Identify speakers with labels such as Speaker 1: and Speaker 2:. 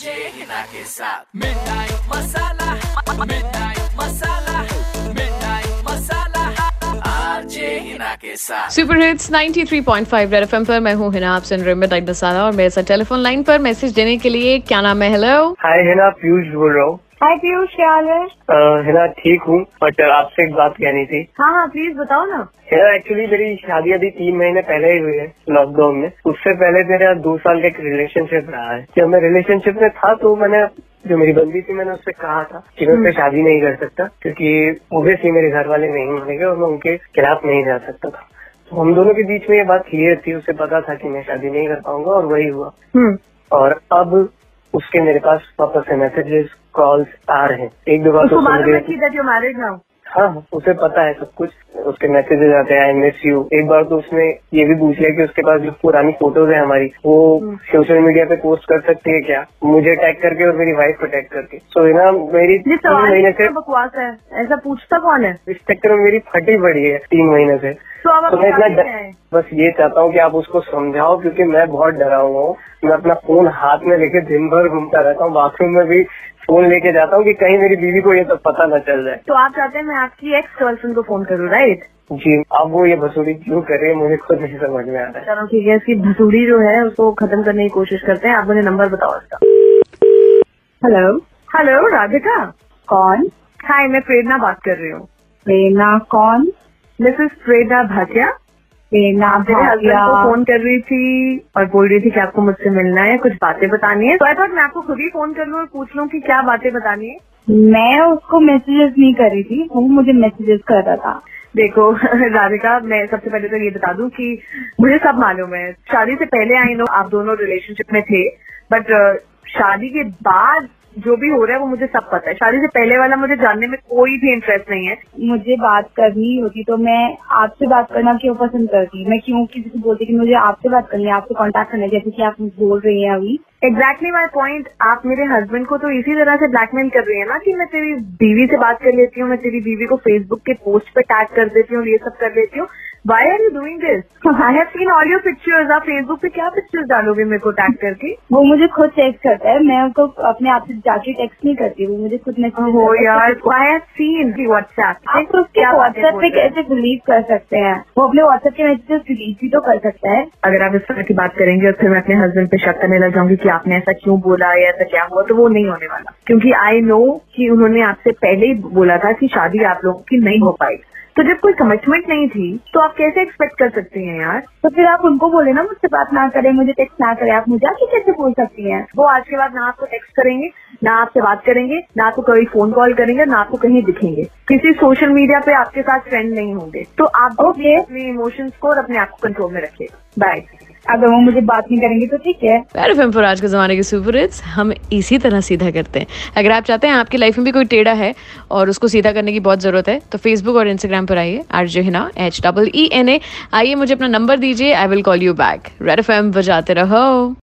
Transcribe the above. Speaker 1: जे हिना के साथ मिठाई मसाला मिठाई मसाला मिठाई मसाला आरजे हिना के साथ
Speaker 2: सुपर हिट्स 93.5 रेड एफएम पर मैं हूँ हिना आप सुन रहे मिड मसाला और मेरे साथ टेलीफोन लाइन पर मैसेज देने के लिए क्या नाम है हेलो
Speaker 3: हाय हिना पीयूष बोल रहा हूँ
Speaker 4: हाय पीयूष क्या हाल है
Speaker 3: अ, हिना ठीक हूँ बट आपसे एक बात कहनी थी
Speaker 4: हाँ हाँ प्लीज बताओ ना
Speaker 3: हिना एक्चुअली मेरी शादी अभी तीन महीने पहले ही हुई है लॉकडाउन में उससे पहले मेरा दो साल का एक रिलेशनशिप रहा है जब मैं रिलेशनशिप में था तो मैंने जो मेरी बंदी थी मैंने उससे कहा था कि
Speaker 4: हम्म।
Speaker 3: मैं उससे शादी नहीं कर सकता क्योंकि obviously मेरे घर वाले नहीं मानेंगे और मैं उनके खिलाफ नहीं जा सकता था तो हम दोनों के बीच में ये बात क्लियर थी उसे पता था कि मैं शादी नहीं कर पाऊंगा और वही हुआ और अब उसके मेरे पास वापस से मैसेजेस कॉल्स आ रहे हैं एक दो बार तो
Speaker 4: उसको
Speaker 3: उसने
Speaker 4: मालूम
Speaker 3: मुझे-
Speaker 4: है कि दैट यू मैरिड नाउ
Speaker 3: हाँ हाँ, उसे पता है सब कुछ उसके मैसेजेस आते हैं आई मिस यू एक बार तो उसने ये भी पूछ लिया कि उसके पास जो पुरानी फोटोज है हमारी वो
Speaker 4: हम्म।
Speaker 3: सोशल मीडिया पे पोस्ट कर सकती है क्या मुझे टैग करके और मेरी वाइफ को टैग करके सो so, ना मेरी
Speaker 4: ये
Speaker 3: तीन
Speaker 4: सवाल ही
Speaker 3: तो महीने से
Speaker 4: कितना बकवास है ऐसा पूछता कौन है
Speaker 3: इस चक्कर में मेरी फटी पड़ी है तीन महीने से
Speaker 4: तो अब आप
Speaker 3: तो मैं इतना
Speaker 4: शादी में
Speaker 3: डर-
Speaker 4: हैं।
Speaker 3: बस ये चाहता हूँ कि आप उसको समझाओ क्योंकि मैं बहुत डरा हुआ हूँ मैं अपना फोन हाथ में लेके दिन भर घूमता रहता हूँ बाथरूम में भी फोन लेके जाता हूँ कि कहीं मेरी बीवी को ये सब पता न चल जाए
Speaker 4: तो आप चाहते हैं मैं आपकी एक्स गर्लफ्रेंड को फोन करूँ राइट
Speaker 3: जी अब वो ये भसूरी क्यों करे मुझे खुद नहीं समझ में आ रहा है
Speaker 4: चलो ठीक है इसकी भसूरी जो है उसको खत्म करने की कोशिश करते हैं आप मुझे नंबर बताओ इसका
Speaker 5: हेलो
Speaker 4: हेलो राधिका
Speaker 5: कौन
Speaker 4: हाय मैं प्रेरणा बात कर रही हूँ
Speaker 5: प्रेरणा कौन
Speaker 4: मिसेस प्रेरणा भाटिया
Speaker 5: प्रेरणा
Speaker 3: हाँ,
Speaker 4: मेरे हस्बैंड
Speaker 5: भाटिया
Speaker 4: को फोन कर रही थी और बोल रही थी कि आपको मुझसे मिलना है कुछ बातें बतानी है तो आई थॉट मैं आपको खुद ही फोन कर लूँ और पूछ लूँ कि क्या बातें बतानी है
Speaker 5: मैं उसको मैसेजेस नहीं कर रही थी वो मुझे मैसेजेस कर रहा था
Speaker 4: देखो राधिका मैं सबसे पहले तो ये बता दूं कि मुझे सब मालूम है शादी से पहले आई नो आप दोनों रिलेशनशिप में थे बट शादी के बाद जो भी हो रहा है वो मुझे सब पता है शादी से पहले वाला मुझे जानने में कोई भी इंटरेस्ट नहीं है
Speaker 5: मुझे बात करनी होती तो मैं आपसे बात करना क्यों पसंद करती मैं क्यों किसी को बोलती कि मुझे आपसे बात करनी है आपसे कांटेक्ट करना है जैसे कि आप बोल रही हैं अभी
Speaker 4: एग्जैक्टली माई पॉइंट आप मेरे हस्बैंड को तो इसी तरह से ब्लैकमेल कर रही है ना कि मैं तेरी बीवी से बात कर लेती हूँ मैं तेरी बीवी को फेसबुक के पोस्ट पे टैग कर देती हूँ और ये सब कर लेती हूँ why are you doing this I have seen all your pictures आप फेसबुक पे क्या पिक्चर्स डालोगे मेरे को टैग करके
Speaker 5: वो मुझे खुद टेक्स्ट करता है मैं उसको अपने आप से जाके टेक्स्ट नहीं करती वो मुझे खुद मैसेज
Speaker 4: हो यार आई हैव सीन की व्हाट्सएप
Speaker 5: तो उसके व्हाट्सएप पे कैसे बिलीव कर सकते हैं वो अपने व्हाट्सएप के मैसेजेस डिलीट भी तो कर सकता है
Speaker 4: अगर आप इस तरह की बात करेंगे और फिर मैं अपने हस्बैंड पे शक करने लग जाऊंगी कि आपने ऐसा क्यों बोला या ऐसा क्या हुआ तो वो नहीं होने वाला क्योंकि आई नो कि उन्होंने आपसे पहले ही बोला था कि शादी आप लोगों की नहीं हो पाई तो जब कोई कमिटमेंट नहीं थी तो आप कैसे एक्सपेक्ट कर सकती हैं यार
Speaker 5: तो फिर आप उनको बोले ना मुझसे बात ना करें मुझे टेक्स्ट ना करें आप मुझे आके कैसे बोल सकती हैं
Speaker 4: वो आज के बाद ना आपको टेक्स्ट करेंगे ना आपसे बात करेंगे ना आपको कभी फोन कॉल करेंगे ना आपको कहीं दिखेंगे किसी सोशल मीडिया पे आपके साथ फ्रेंड नहीं होंगे तो आप
Speaker 5: Okay.
Speaker 4: okay. अपने इमोशंस को और अपने आप को कंट्रोल में रखिए बाय
Speaker 5: अगर वो मुझे बात नहीं करेंगे तो ठीक है
Speaker 2: रेड एफएम पर आज के ज़माने के सुपर हिट्स हम इसी तरह सीधा करते हैं अगर आप चाहते हैं आपकी लाइफ में भी कोई टेढ़ा है और उसको सीधा करने की बहुत ज़रूरत है तो फेसबुक और इंस्टाग्राम पर आइए R J Heena H double E N A आइए मुझे अपना नंबर दीजिए I will call you back red FM बजाते रहो